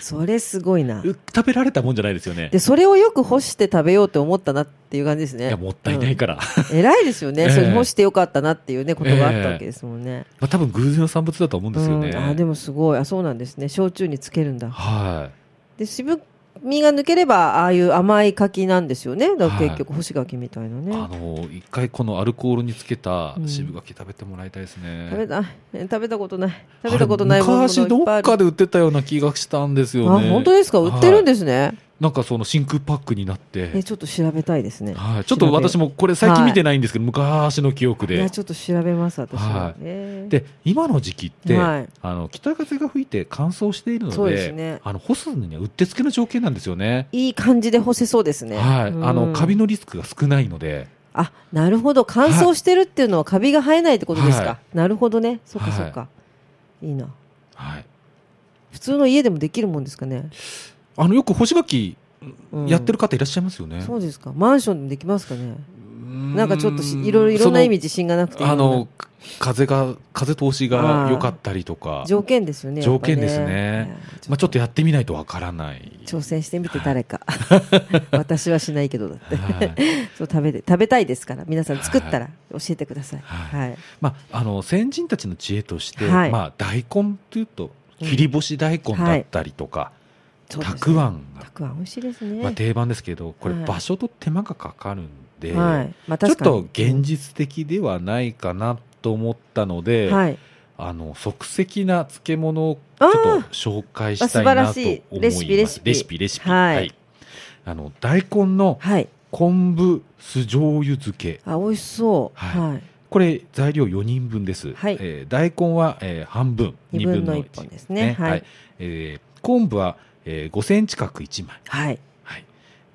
Speaker 2: それすごいな
Speaker 1: う食べられたもんじゃないですよね
Speaker 2: でそれをよく干して食べようと思ったなっていう感じです
Speaker 1: いや
Speaker 2: ね
Speaker 1: もったいないから、
Speaker 2: 偉いですよね、
Speaker 1: ええ
Speaker 2: それ干してよかったなっていうねことがあったわけですもんね、
Speaker 1: まあ、多分偶然の産物だと思うんですよね、
Speaker 2: うんあでもすごいあそうなんですね焼酎につけるんだ
Speaker 1: はい
Speaker 2: で渋みが抜ければああいう甘い柿なんですよねだから結局干し柿みたいなね、
Speaker 1: あの一回このアルコールにつけた渋柿食べてもらいたいです
Speaker 2: 食べ
Speaker 1: ね、
Speaker 2: たえ食べたことない食べたことない
Speaker 1: あれ
Speaker 2: ものもい
Speaker 1: 昔ど
Speaker 2: っぱいあ
Speaker 1: っ
Speaker 2: る
Speaker 1: かで売ってたような気がしたんですよ
Speaker 2: あ
Speaker 1: ね
Speaker 2: 本当ですか売ってるんですね、
Speaker 1: なんかその真空パックになって
Speaker 2: えちょっと調べたいですね
Speaker 1: はい、ちょっと私
Speaker 2: も
Speaker 1: もこれ最近見てないんですけど、昔の記憶
Speaker 2: い
Speaker 1: で
Speaker 2: やちょっと調べます私は、
Speaker 1: はい
Speaker 2: えー
Speaker 1: で今の時期って、
Speaker 2: はい
Speaker 1: あの北風が吹いて乾燥しているの
Speaker 2: そう
Speaker 1: で
Speaker 2: ですね
Speaker 1: あの干すのにはうってつけの条件なんですよね。
Speaker 2: いい感じで干せそうですね
Speaker 1: はい、
Speaker 2: うん
Speaker 1: あのカビのリスクが少ないので、
Speaker 2: あなるほど乾燥してるっていうのはカビが生えないってことですか、
Speaker 1: は
Speaker 2: なるほどねそっか
Speaker 1: はい
Speaker 2: そっか、い、いな
Speaker 1: はい、
Speaker 2: 普通の家でもできるもんですかね、
Speaker 1: あのよく干し柿
Speaker 2: うん
Speaker 1: やってる方いらっしゃいますよね。
Speaker 2: そうですかマンションでもできますかね
Speaker 1: うん
Speaker 2: なんかちょっとしいろいろいろんな意味自信がなく
Speaker 1: そ
Speaker 2: て
Speaker 1: のあのか風が風通しが良かったりとか、
Speaker 2: 条件ですよねやっぱ
Speaker 1: 条件ですね
Speaker 2: いや
Speaker 1: まあちょっとやってみないとわからない。
Speaker 2: 挑戦してみて誰か 私はしないけどだって
Speaker 1: はい
Speaker 2: そう食べて食べたいですから皆さん作ったら教えてください、
Speaker 1: は
Speaker 2: はい
Speaker 1: まあ、あの先人たちの知恵として、
Speaker 2: はい
Speaker 1: まあ、大根というと切り干し大根だったりとか、
Speaker 2: そうです
Speaker 1: た
Speaker 2: ね
Speaker 1: くあんが
Speaker 2: たくあん美味しいですね、
Speaker 1: まあ、定番ですけどこれ
Speaker 2: はい
Speaker 1: 場所と手間がかかるんで、
Speaker 2: はいまあ、
Speaker 1: ちょっ
Speaker 2: 確かに
Speaker 1: と現実的ではないかなと思ったので、
Speaker 2: はい
Speaker 1: あの即席な漬物をち
Speaker 2: あ
Speaker 1: ょ
Speaker 2: ー
Speaker 1: っと紹介したいな
Speaker 2: あ素
Speaker 1: と
Speaker 2: 晴らしい
Speaker 1: 思いま
Speaker 2: レ
Speaker 1: す
Speaker 2: シピレシピ
Speaker 1: レシピレシピ
Speaker 2: はい
Speaker 1: あの大根の
Speaker 2: はい
Speaker 1: 昆布酢醤油漬け
Speaker 2: あ美味しそう
Speaker 1: はい
Speaker 2: はい
Speaker 1: これ材料4人分です、
Speaker 2: はい
Speaker 1: えー大根は、えー半分
Speaker 2: 二
Speaker 1: 2
Speaker 2: 分
Speaker 1: 分
Speaker 2: の
Speaker 1: の
Speaker 2: 一
Speaker 1: 1
Speaker 2: 本ですねはい
Speaker 1: えー昆布は、えー5センチ角1枚、
Speaker 2: はい
Speaker 1: はい、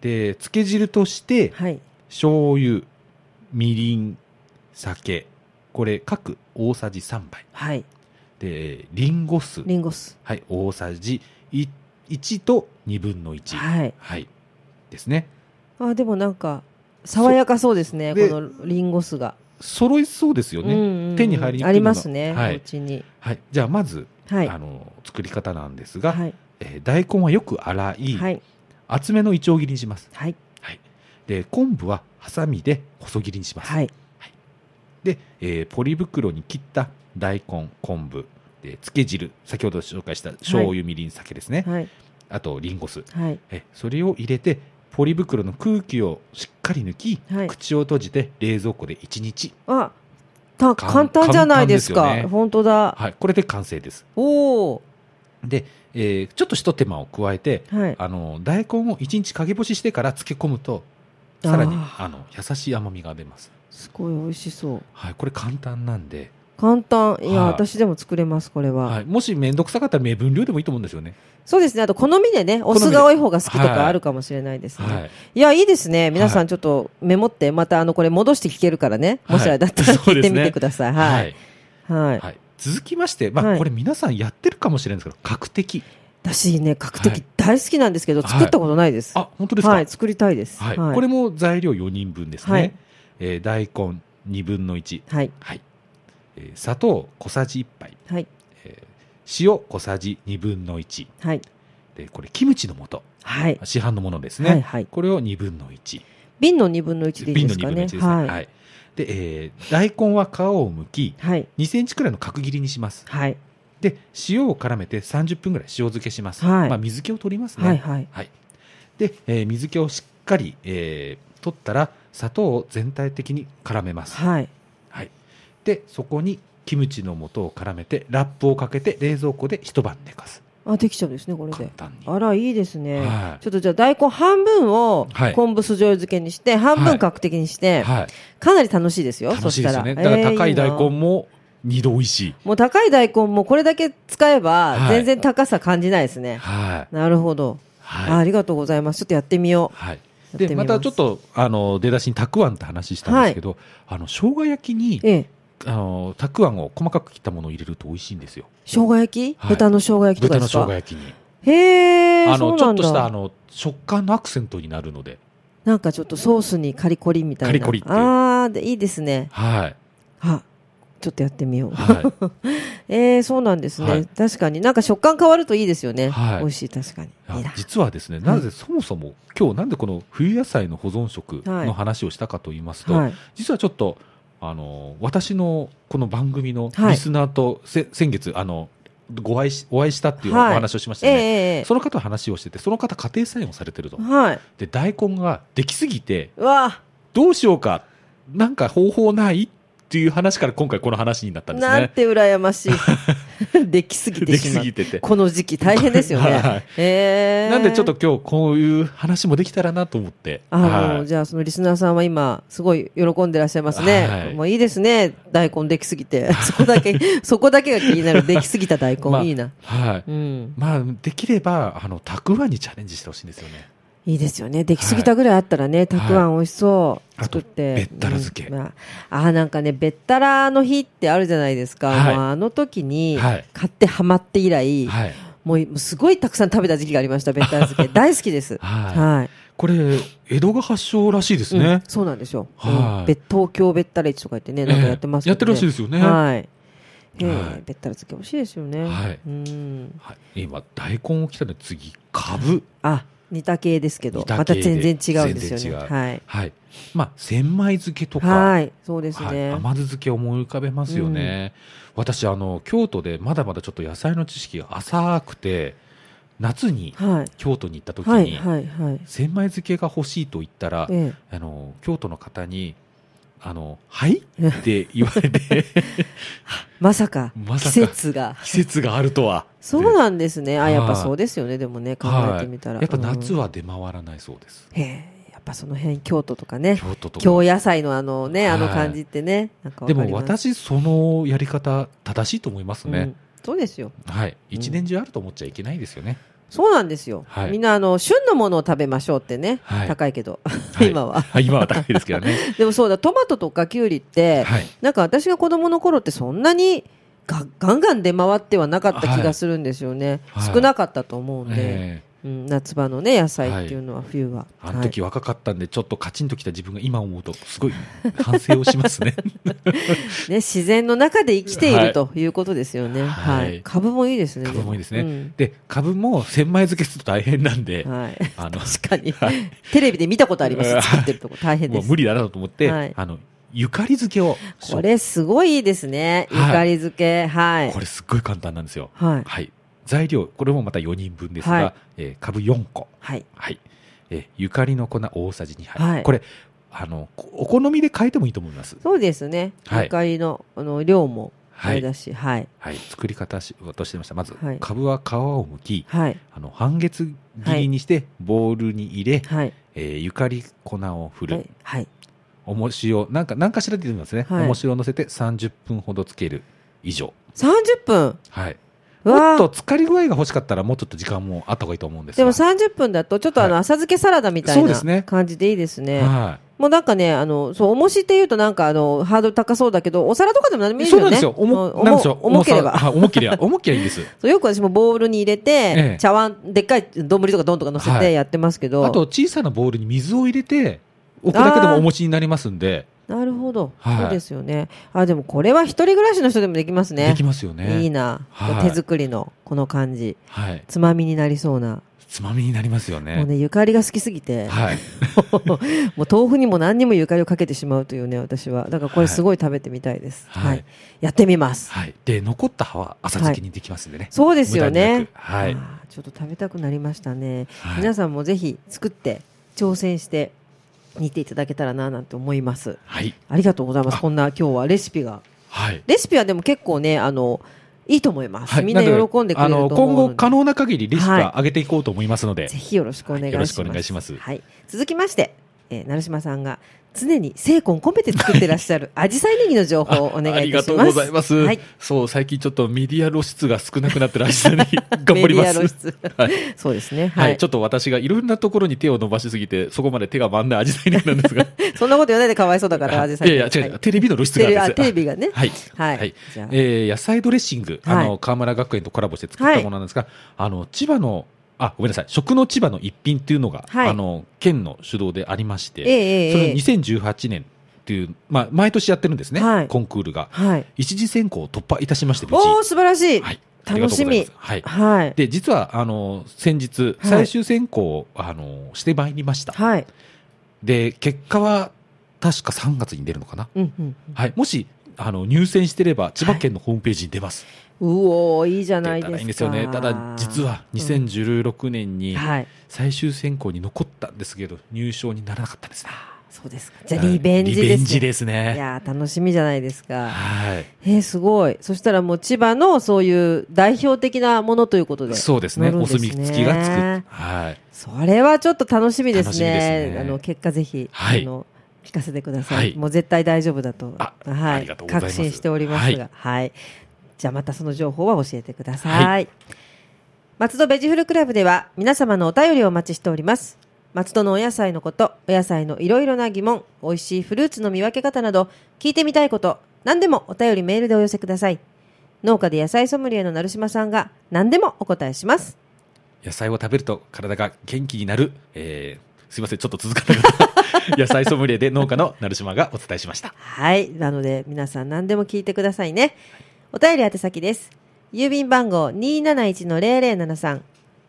Speaker 1: で漬け汁として、
Speaker 2: はい
Speaker 1: 醤油、みりん、酒、これ各大さじ3杯。
Speaker 2: はい
Speaker 1: で、リンゴ酢、
Speaker 2: リンゴ酢
Speaker 1: はい、大さじい1と2分の1。はい。
Speaker 2: はい
Speaker 1: ですね。
Speaker 2: あでもなんか爽やかそうですねこ
Speaker 1: で
Speaker 2: のリンゴ酢が、
Speaker 1: 揃いそうですよ
Speaker 2: うん
Speaker 1: ね。
Speaker 2: うんうん
Speaker 1: 手に入りにくいもの
Speaker 2: ありますね、
Speaker 1: は
Speaker 2: お
Speaker 1: い。
Speaker 2: 家に
Speaker 1: はい、じゃあ、まず、
Speaker 2: はい
Speaker 1: あの、作り方なんですが、
Speaker 2: はい
Speaker 1: えー大根はよく洗い、
Speaker 2: はい
Speaker 1: 厚めのいちょう切りにします。
Speaker 2: はい
Speaker 1: で、昆布はハサミで細切りにします。
Speaker 2: はい
Speaker 1: で、えーポリ袋に切った大根昆布で漬け汁先ほど紹介した醤油、みりん酒ですね、
Speaker 2: はい
Speaker 1: あとリンゴ酢
Speaker 2: はい
Speaker 1: えそれを入れてポリ袋の空気をしっかり抜き、
Speaker 2: はい
Speaker 1: 口を閉じて冷蔵庫で1日、
Speaker 2: あた
Speaker 1: かん
Speaker 2: 簡単じゃないです
Speaker 1: 簡
Speaker 2: か
Speaker 1: 単ですよね
Speaker 2: 本当だ
Speaker 1: はい、これで完成です
Speaker 2: おお
Speaker 1: で、えーちょっとひと手間を加えて
Speaker 2: はい
Speaker 1: あの大根を1日陰干ししてから漬け込むとさらに
Speaker 2: あ
Speaker 1: あ
Speaker 2: ー
Speaker 1: の優しい甘みが出ます、
Speaker 2: すごい美味しそう
Speaker 1: はい、これ簡単なんで、
Speaker 2: 簡単いや、
Speaker 1: はい
Speaker 2: 私でも作れますこれは、
Speaker 1: はい、もし面倒くさかったら目分量でもいいと思うんですよね、
Speaker 2: そうですねあと好みでねお酢が多い方が好きとかあるかもしれないですね、
Speaker 1: はい、
Speaker 2: いや、いいですね。皆さ
Speaker 1: は
Speaker 2: んちょっとメモって、またあの、これ戻して聞けるからね。
Speaker 1: はい
Speaker 2: もしあれだったら
Speaker 1: そ
Speaker 2: 聞
Speaker 1: う
Speaker 2: い
Speaker 1: で
Speaker 2: て
Speaker 1: す
Speaker 2: み
Speaker 1: ね
Speaker 2: てください。はい。はい。
Speaker 1: はい、続きまして、まあ
Speaker 2: はい
Speaker 1: これ皆さんやってるかもしれないんですけど、角的。
Speaker 2: 私ね、書くと
Speaker 1: は
Speaker 2: き
Speaker 1: い
Speaker 2: 大好きなんですけど、
Speaker 1: はい
Speaker 2: 作ったことないです。
Speaker 1: あ、本当ですか、
Speaker 2: は、
Speaker 1: はいい
Speaker 2: 作りたいです。はい。
Speaker 1: これも材料4人分ですね。
Speaker 2: はい
Speaker 1: えー大根2分の1。
Speaker 2: はい。
Speaker 1: はい。えー砂糖小さじ1杯。
Speaker 2: はい。
Speaker 1: えー塩小さじ2分の1。
Speaker 2: はい。
Speaker 1: で、これキムチの素。
Speaker 2: はい。
Speaker 1: 市販のものですね。
Speaker 2: はい。はい。
Speaker 1: これを2分の1。
Speaker 2: 瓶の2分の1でいい
Speaker 1: 瓶
Speaker 2: で
Speaker 1: の
Speaker 2: す
Speaker 1: 2
Speaker 2: か
Speaker 1: 分の
Speaker 2: ね
Speaker 1: 1です。ね。はい。
Speaker 2: はい。
Speaker 1: で、えー大根は皮を剥き、
Speaker 2: はい。
Speaker 1: 2センチくらいの角切りにします。
Speaker 2: はい。
Speaker 1: で、塩を絡めて30分くらい塩漬けします。
Speaker 2: はい
Speaker 1: まあ水気を取りますね。
Speaker 2: はい。はい。
Speaker 1: はい、で、えー水気をしっかり、えー取ったら砂糖を全体的に絡めます、
Speaker 2: はい。
Speaker 1: はいってそこにキムチの素を絡めてラップをかけて冷蔵庫で一晩寝かす
Speaker 2: あできちゃうんですねこれ
Speaker 1: 簡
Speaker 2: で
Speaker 1: 単に
Speaker 2: あらいいですね、
Speaker 1: はい
Speaker 2: ちょっとじゃあ大根半分を
Speaker 1: はい
Speaker 2: 昆布酢醤油漬けにして半分角的にして、
Speaker 1: はい
Speaker 2: かなり楽しいですよ
Speaker 1: 楽しいですよ
Speaker 2: そ
Speaker 1: ね
Speaker 2: した
Speaker 1: だ
Speaker 2: ら
Speaker 1: から高
Speaker 2: え
Speaker 1: い
Speaker 2: ー
Speaker 1: 大
Speaker 2: な
Speaker 1: 根も二度美味しい
Speaker 2: もう高い大根もこれだけ使えば
Speaker 1: はい
Speaker 2: 全然高さ感じないですね、
Speaker 1: はい
Speaker 2: なるほど、あ
Speaker 1: は
Speaker 2: あ
Speaker 1: い
Speaker 2: りがとうございますちょっとやってみよ
Speaker 1: はい
Speaker 2: やってみ
Speaker 1: で
Speaker 2: ま
Speaker 1: ますたちょっとあの出だしにたくあんって話したんですけど、あの生姜焼きに
Speaker 2: うええ
Speaker 1: あのたくあんを細かく切ったものを入れると美味しいんですよ
Speaker 2: 生姜焼き、
Speaker 1: はい
Speaker 2: 豚の生姜焼きとか
Speaker 1: 豚
Speaker 2: で
Speaker 1: の
Speaker 2: す
Speaker 1: 生
Speaker 2: か
Speaker 1: 姜焼きに
Speaker 2: へえ
Speaker 1: あ
Speaker 2: そ
Speaker 1: の
Speaker 2: う
Speaker 1: ち
Speaker 2: な
Speaker 1: ょっ
Speaker 2: ん
Speaker 1: としたあ
Speaker 2: だ
Speaker 1: の食感のアクセントになるので
Speaker 2: なんかちょっとソースにカリコリみたいな
Speaker 1: カリコリっていう
Speaker 2: ああでいいですね
Speaker 1: はい
Speaker 2: はちょっとやってみよう、
Speaker 1: はい
Speaker 2: えー、そうなんですね、
Speaker 1: はい
Speaker 2: 確かになんか食感変わるといいですよね、
Speaker 1: はい
Speaker 2: 美味しい確かに
Speaker 1: あ
Speaker 2: いいな
Speaker 1: 実はですね、なぜそもそも今日なんでこの冬野菜の保存食
Speaker 2: はい
Speaker 1: の話をしたかと言いますと、
Speaker 2: はい
Speaker 1: 実はちょっとあの私のこの番組の
Speaker 2: はい
Speaker 1: リスナーと、せ先月あのご愛しお会いしたっていうお
Speaker 2: はい
Speaker 1: 話をしました
Speaker 2: ええ
Speaker 1: よね、
Speaker 2: ええ
Speaker 1: その方と話をしててその方家庭菜園をされてると
Speaker 2: はい
Speaker 1: で大根ができすぎて
Speaker 2: うわ
Speaker 1: どうしようかなんか方法ないっていう話から今回この話になったんです
Speaker 2: なん
Speaker 1: ね
Speaker 2: て羨ま しいできすぎて
Speaker 1: でき
Speaker 2: し
Speaker 1: す
Speaker 2: まう
Speaker 1: ぎてて
Speaker 2: この時期大変ですよね、
Speaker 1: はい
Speaker 2: えー、
Speaker 1: なんでちょっと今日こういう話もできたらなと思って
Speaker 2: あの、
Speaker 1: はい
Speaker 2: じゃあそのリスナーさんは今すごい喜んでらっしゃいますね、
Speaker 1: はい
Speaker 2: もういいですね大根できすぎて そこだけそこだけが気になるできすぎた大根、
Speaker 1: まあ
Speaker 2: いいな
Speaker 1: はい
Speaker 2: うん
Speaker 1: まあ、できれば、あの、たくあんにチャレンジしてほしいんですよね。
Speaker 2: いいですよね。できすぎたぐらいあったらね、たくあん美味しそう。
Speaker 1: あ
Speaker 2: 作
Speaker 1: と
Speaker 2: って。
Speaker 1: べったら漬け
Speaker 2: うんまあ、あーなんかね、べったらの日ってあるじゃないですか。
Speaker 1: はい
Speaker 2: もうあの時に、
Speaker 1: はい
Speaker 2: 買ってハマって以来、
Speaker 1: はい。
Speaker 2: もうすごいたくさん食べた時期がありました、べった ら漬け。大好きです。
Speaker 1: はい
Speaker 2: はい。
Speaker 1: これ、江戸が発祥らしいです
Speaker 2: うん
Speaker 1: ね。
Speaker 2: そうなんですよ。
Speaker 1: はい
Speaker 2: うんべ東京べったら市とか言ってね、なんかやってますけどね
Speaker 1: ええやってるらしいですよね
Speaker 2: はい。ええ
Speaker 1: はい
Speaker 2: べったら漬け美味しいですよね。
Speaker 1: はい
Speaker 2: うん。
Speaker 1: はい、今、大根をきたので、次、かぶ。
Speaker 2: あ、似た系ですけど
Speaker 1: 似、た系で
Speaker 2: また全然違うんです
Speaker 1: 全
Speaker 2: よね。
Speaker 1: 然違う
Speaker 2: はい。
Speaker 1: はい。まあ、千枚漬けとか。
Speaker 2: はい、そうです
Speaker 1: はい
Speaker 2: ね。
Speaker 1: 甘酢漬けを思い浮かべますよね、私あの京都でまだまだちょっと野菜の知識が浅くて夏に
Speaker 2: はい。
Speaker 1: 京都に行った時に、
Speaker 2: はいはいはい。
Speaker 1: 千枚漬けが欲しいと言ったら、
Speaker 2: え
Speaker 1: あの京都の方に「あのはい?」って言わ れて
Speaker 2: え、まさか、
Speaker 1: まさ
Speaker 2: 季
Speaker 1: か
Speaker 2: 節が。
Speaker 1: 季節があるとは
Speaker 2: そうなんですね。あ、
Speaker 1: はい
Speaker 2: やっぱそうですよね。でもね、考えてみたら。
Speaker 1: はい、やっぱ夏
Speaker 2: は。
Speaker 1: は出回らないそうです、
Speaker 2: ええやっぱその辺、京都とかね。
Speaker 1: 京都と
Speaker 2: 京
Speaker 1: か
Speaker 2: 野菜のあのね、あの感じってね。なんかわ
Speaker 1: で
Speaker 2: かります
Speaker 1: も私そのやり方正しいと思います
Speaker 2: う
Speaker 1: ね
Speaker 2: ん、そうですよ。
Speaker 1: はい一年中あると思っちゃいけないですよね、
Speaker 2: そうなんですよ。
Speaker 1: はい
Speaker 2: みんな、あの、旬のものを食べましょうってね。
Speaker 1: はい
Speaker 2: 高いけど、
Speaker 1: い
Speaker 2: 今は。
Speaker 1: はい今は高いですけど ね
Speaker 2: でもそうだ、トマトとかキュウリって、
Speaker 1: はい
Speaker 2: なんか私が子供の頃ってそんなにがガンガン出回ってはなかった気がするんですよね。
Speaker 1: はい
Speaker 2: 少なかったと思うんで、
Speaker 1: ええ
Speaker 2: うん、夏場のね、野菜っていうのは冬は。
Speaker 1: あの時若かったんで、ちょっとカチンときた自分が今思うと、すごい 反省をしますね。
Speaker 2: はいね、自然の中で生きてい
Speaker 1: は
Speaker 2: る
Speaker 1: い
Speaker 2: ということですよね。は。
Speaker 1: はいい
Speaker 2: 株もいいですね。
Speaker 1: 株もいいですね。
Speaker 2: うん
Speaker 1: で、株も千枚漬けすると大変なんで、
Speaker 2: はい。
Speaker 1: あの、
Speaker 2: 確かに、テレビで見たことあります。作ってるとこ大変
Speaker 1: も
Speaker 2: で
Speaker 1: う
Speaker 2: す。
Speaker 1: 無理だなと思って、
Speaker 2: はい
Speaker 1: あの、ゆかり漬けを。
Speaker 2: これすごいいいですね。ゆ
Speaker 1: はい
Speaker 2: かり漬け。はい。
Speaker 1: これすっごい簡単なんですよ。
Speaker 2: はい。
Speaker 1: はい。材料、これもまた4人分ですが、
Speaker 2: はい
Speaker 1: えー株4個。
Speaker 2: はい。
Speaker 1: はい。えーゆかりの粉大さじ2杯。
Speaker 2: はい
Speaker 1: これ、あの、こお好みで変えてもいいと思います。
Speaker 2: そうですね。
Speaker 1: はい
Speaker 2: ゆかりのあの量もあ
Speaker 1: は
Speaker 2: れ
Speaker 1: い。
Speaker 2: だし、はい。
Speaker 1: はい。作り方しとしてました。まず、
Speaker 2: はい
Speaker 1: 株は皮を剥き、
Speaker 2: はい。
Speaker 1: あの、半月切りにして、ボウルに入れ、
Speaker 2: はい。
Speaker 1: えーゆかり粉を振る。
Speaker 2: はい。はい。
Speaker 1: 重しを、なんか、なんかしらで出てますね。
Speaker 2: はい
Speaker 1: 重しを乗せて30分ほどつける以上。
Speaker 2: 30分
Speaker 1: はい。
Speaker 2: う
Speaker 1: も
Speaker 2: わ
Speaker 1: っと
Speaker 2: ー
Speaker 1: 浸かり具合が欲しかったら、もうちょっと時間もあった方がいいと思うんです
Speaker 2: で
Speaker 1: が
Speaker 2: も30分だと、ちょっとあの、
Speaker 1: はい
Speaker 2: 浅漬けサラダみたい
Speaker 1: そうです
Speaker 2: な
Speaker 1: ね
Speaker 2: 感じでいいですね。
Speaker 1: は
Speaker 2: もうなんかね、あの、そう、重しって言うとなんかあの、ハードル高そうだけど、お皿とかでも何でもい
Speaker 1: い。
Speaker 2: いです
Speaker 1: そう
Speaker 2: よね。
Speaker 1: なんですよ。重、
Speaker 2: うん
Speaker 1: なんでしょう。
Speaker 2: 重重ければ。
Speaker 1: さはい重けれ ば。重ければいいんです。
Speaker 2: そうよく私もボウルに入れ
Speaker 1: え
Speaker 2: て
Speaker 1: え、
Speaker 2: 茶碗、でっかい丼とか丼とか乗せ
Speaker 1: は
Speaker 2: て
Speaker 1: い
Speaker 2: やってますけど。
Speaker 1: あと、小さなボウルに水を入れて、置くだけでもお餅になりますんで、
Speaker 2: なるほど。
Speaker 1: はい
Speaker 2: そうですよね。あ、でもこれは一人暮らしの人でもできますね。
Speaker 1: できますよね。
Speaker 2: いいな、
Speaker 1: はい
Speaker 2: 手作りのこの感じ
Speaker 1: はい。
Speaker 2: つまみになりそうな、
Speaker 1: つまみになりますよね。
Speaker 2: もうねゆかりが好きすぎて、
Speaker 1: はい。
Speaker 2: もう豆腐にも何にもゆかりをかけてしまうというね私はだからこれすごい食べてみたいです、は
Speaker 1: はいい
Speaker 2: やってみます、
Speaker 1: はい。で、残った葉は浅漬けにできますんでね。
Speaker 2: そうですよね
Speaker 1: 無駄になくはい。
Speaker 2: あーちょっと食べたくなりましたね、
Speaker 1: はい
Speaker 2: 皆さんもぜひ作って挑戦して煮ていただけたらななんて思います
Speaker 1: はい。
Speaker 2: ありがとうございます
Speaker 1: あ
Speaker 2: こんな今日はレシピが
Speaker 1: はい。
Speaker 2: レシピはでも結構ね、あの、いいと思います。
Speaker 1: はい
Speaker 2: みんな
Speaker 1: の
Speaker 2: 喜んでくれると思うので。
Speaker 1: あの、今後可能な限りレシピ
Speaker 2: はい
Speaker 1: は上げていこうと思いますので
Speaker 2: ぜ。ひよろしくお願いします。
Speaker 1: よろしくお願いします
Speaker 2: はい。続きまして、えー、成島さんが常に精魂込めて作ってらっしゃる、 アジサイネギの情報をお願
Speaker 1: あ
Speaker 2: いい
Speaker 1: り
Speaker 2: た
Speaker 1: が
Speaker 2: し
Speaker 1: とう
Speaker 2: ます。
Speaker 1: ございます。
Speaker 2: はい。
Speaker 1: そう、最近ちょっとメディア露出が少なくなってらっし ゃるのに頑張ります。
Speaker 2: メディア露出
Speaker 1: はい。
Speaker 2: そうですね。
Speaker 1: は、
Speaker 2: はいい
Speaker 1: ち。ょっと私がいろんなところに手を伸ばしすぎて、そこまで手が回んないアジサイネギなんで すが。
Speaker 2: そんなこと言わないでかわいそうだから、アジサイ
Speaker 1: いやいや、違う、
Speaker 2: はい
Speaker 1: テレビの露出
Speaker 2: テ
Speaker 1: があ
Speaker 2: レビあ
Speaker 1: るんです
Speaker 2: テレビがね。
Speaker 1: はい。
Speaker 2: はい
Speaker 1: はい
Speaker 2: じゃあ
Speaker 1: えー野菜ドレッシング、あ
Speaker 2: はい
Speaker 1: の、河村学園とコラボして作ったものなんですが、あの、千葉の、あ、ごめんなさい、食の千葉の一品っていうのが、
Speaker 2: はい
Speaker 1: あの、県の主導でありまして、
Speaker 2: ええええ
Speaker 1: それ2018年っていう、まあ、毎年やってるんですね、
Speaker 2: はい
Speaker 1: コンクールが。
Speaker 2: はい。
Speaker 1: 一次選考を突破いたしまして、無事。
Speaker 2: おー、素晴らしい。
Speaker 1: はい。
Speaker 2: 楽しみ
Speaker 1: ありがとうございますはい。
Speaker 2: はい。
Speaker 1: で、実は、あの、先日、
Speaker 2: い
Speaker 1: 最終選考を、あの、してまいりました。
Speaker 2: はい。
Speaker 1: で、結果は、確か3月に出るのかな。
Speaker 2: うんうん。
Speaker 1: はい。もし、あの、入選してれば、千葉県のホームページに出ます。
Speaker 2: うおー、いいじゃ
Speaker 1: 出
Speaker 2: ない
Speaker 1: たらいいん
Speaker 2: で
Speaker 1: ですす
Speaker 2: か。
Speaker 1: よね。ただ、実は、
Speaker 2: うん
Speaker 1: 2016年に、
Speaker 2: はい。
Speaker 1: 最終選考に残ったんですけど、入賞にならなかったんですね。
Speaker 2: そうですか。じゃあ、リベンジです、ね。
Speaker 1: リベンジです
Speaker 2: い
Speaker 1: ね。
Speaker 2: やー、楽しみじゃないですか。
Speaker 1: はい。
Speaker 2: えー、すごい。そしたらもう千葉のそういう代表的なものということで。
Speaker 1: そうですね。
Speaker 2: 乗るん
Speaker 1: お
Speaker 2: です
Speaker 1: 墨
Speaker 2: ね
Speaker 1: 付きがつく。はい。
Speaker 2: それはちょっと楽しみです
Speaker 1: 楽しみで
Speaker 2: ね。
Speaker 1: すね
Speaker 2: あの、結果ぜひ、
Speaker 1: はい
Speaker 2: あの、聞かせてください。
Speaker 1: はい
Speaker 2: もう絶対大丈夫だと。
Speaker 1: あありがとうございます
Speaker 2: 確信しておりますが。はい。じゃあまたその情報は教えてください。
Speaker 1: は
Speaker 2: 松戸ベジフルクラブでは皆様のお便りをお待ちしております。松戸のお野菜のこと、お野菜のいろいろな疑問、美味しいフルーツの見分け方など、聞いてみたいこと、何でもお便りメールでお寄せください。農家で野菜ソムリエの成島さんが何でもお答えします。
Speaker 1: 野菜を食べると体が元気になる、えーすいません、ちょっと続かなかった。 野菜ソムリエで農家の成島がお伝えしました。
Speaker 2: はい。なので、皆さん何でも聞いてくださいね。お便り宛先です。郵便番号271-0073。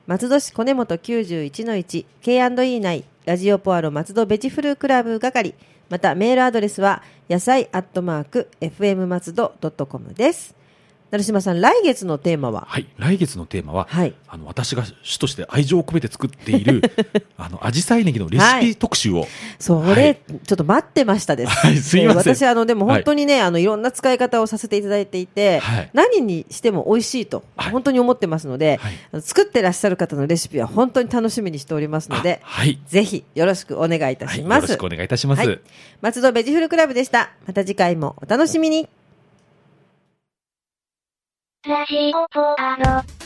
Speaker 2: 松戸市小根本91-1、K&E 内、ラジオポアロ松戸ベジフルクラブ係。また、メールアドレスは、野菜アットマーク、fm 松戸 .com です。成島さん、来月のテーマは
Speaker 1: はい、来月のテーマは、
Speaker 2: はい。
Speaker 1: あの私が主として愛情を込めて作っているあの紫陽花ネギのレシピ特集を、
Speaker 2: それ、
Speaker 1: はい
Speaker 2: ちょっと待ってましたです。
Speaker 1: はいすいません
Speaker 2: えー私、あの、でも本当にね、あの、いろんな使い方をさせていただいていて、
Speaker 1: はい
Speaker 2: 何にしても美味しいと、
Speaker 1: はい
Speaker 2: 本当に思ってますので、
Speaker 1: はい
Speaker 2: あの作ってらっしゃる方のレシピは本当に楽しみにしておりますので
Speaker 1: あ、はい
Speaker 2: ぜひよろしくお願いいた
Speaker 1: は
Speaker 2: し
Speaker 1: い、よ
Speaker 2: ま
Speaker 1: ろ
Speaker 2: す。
Speaker 1: しくお願いいたします。
Speaker 2: はい松戸ベジフルクラブでした。また次回もお楽しみに。
Speaker 3: ラジオポアド。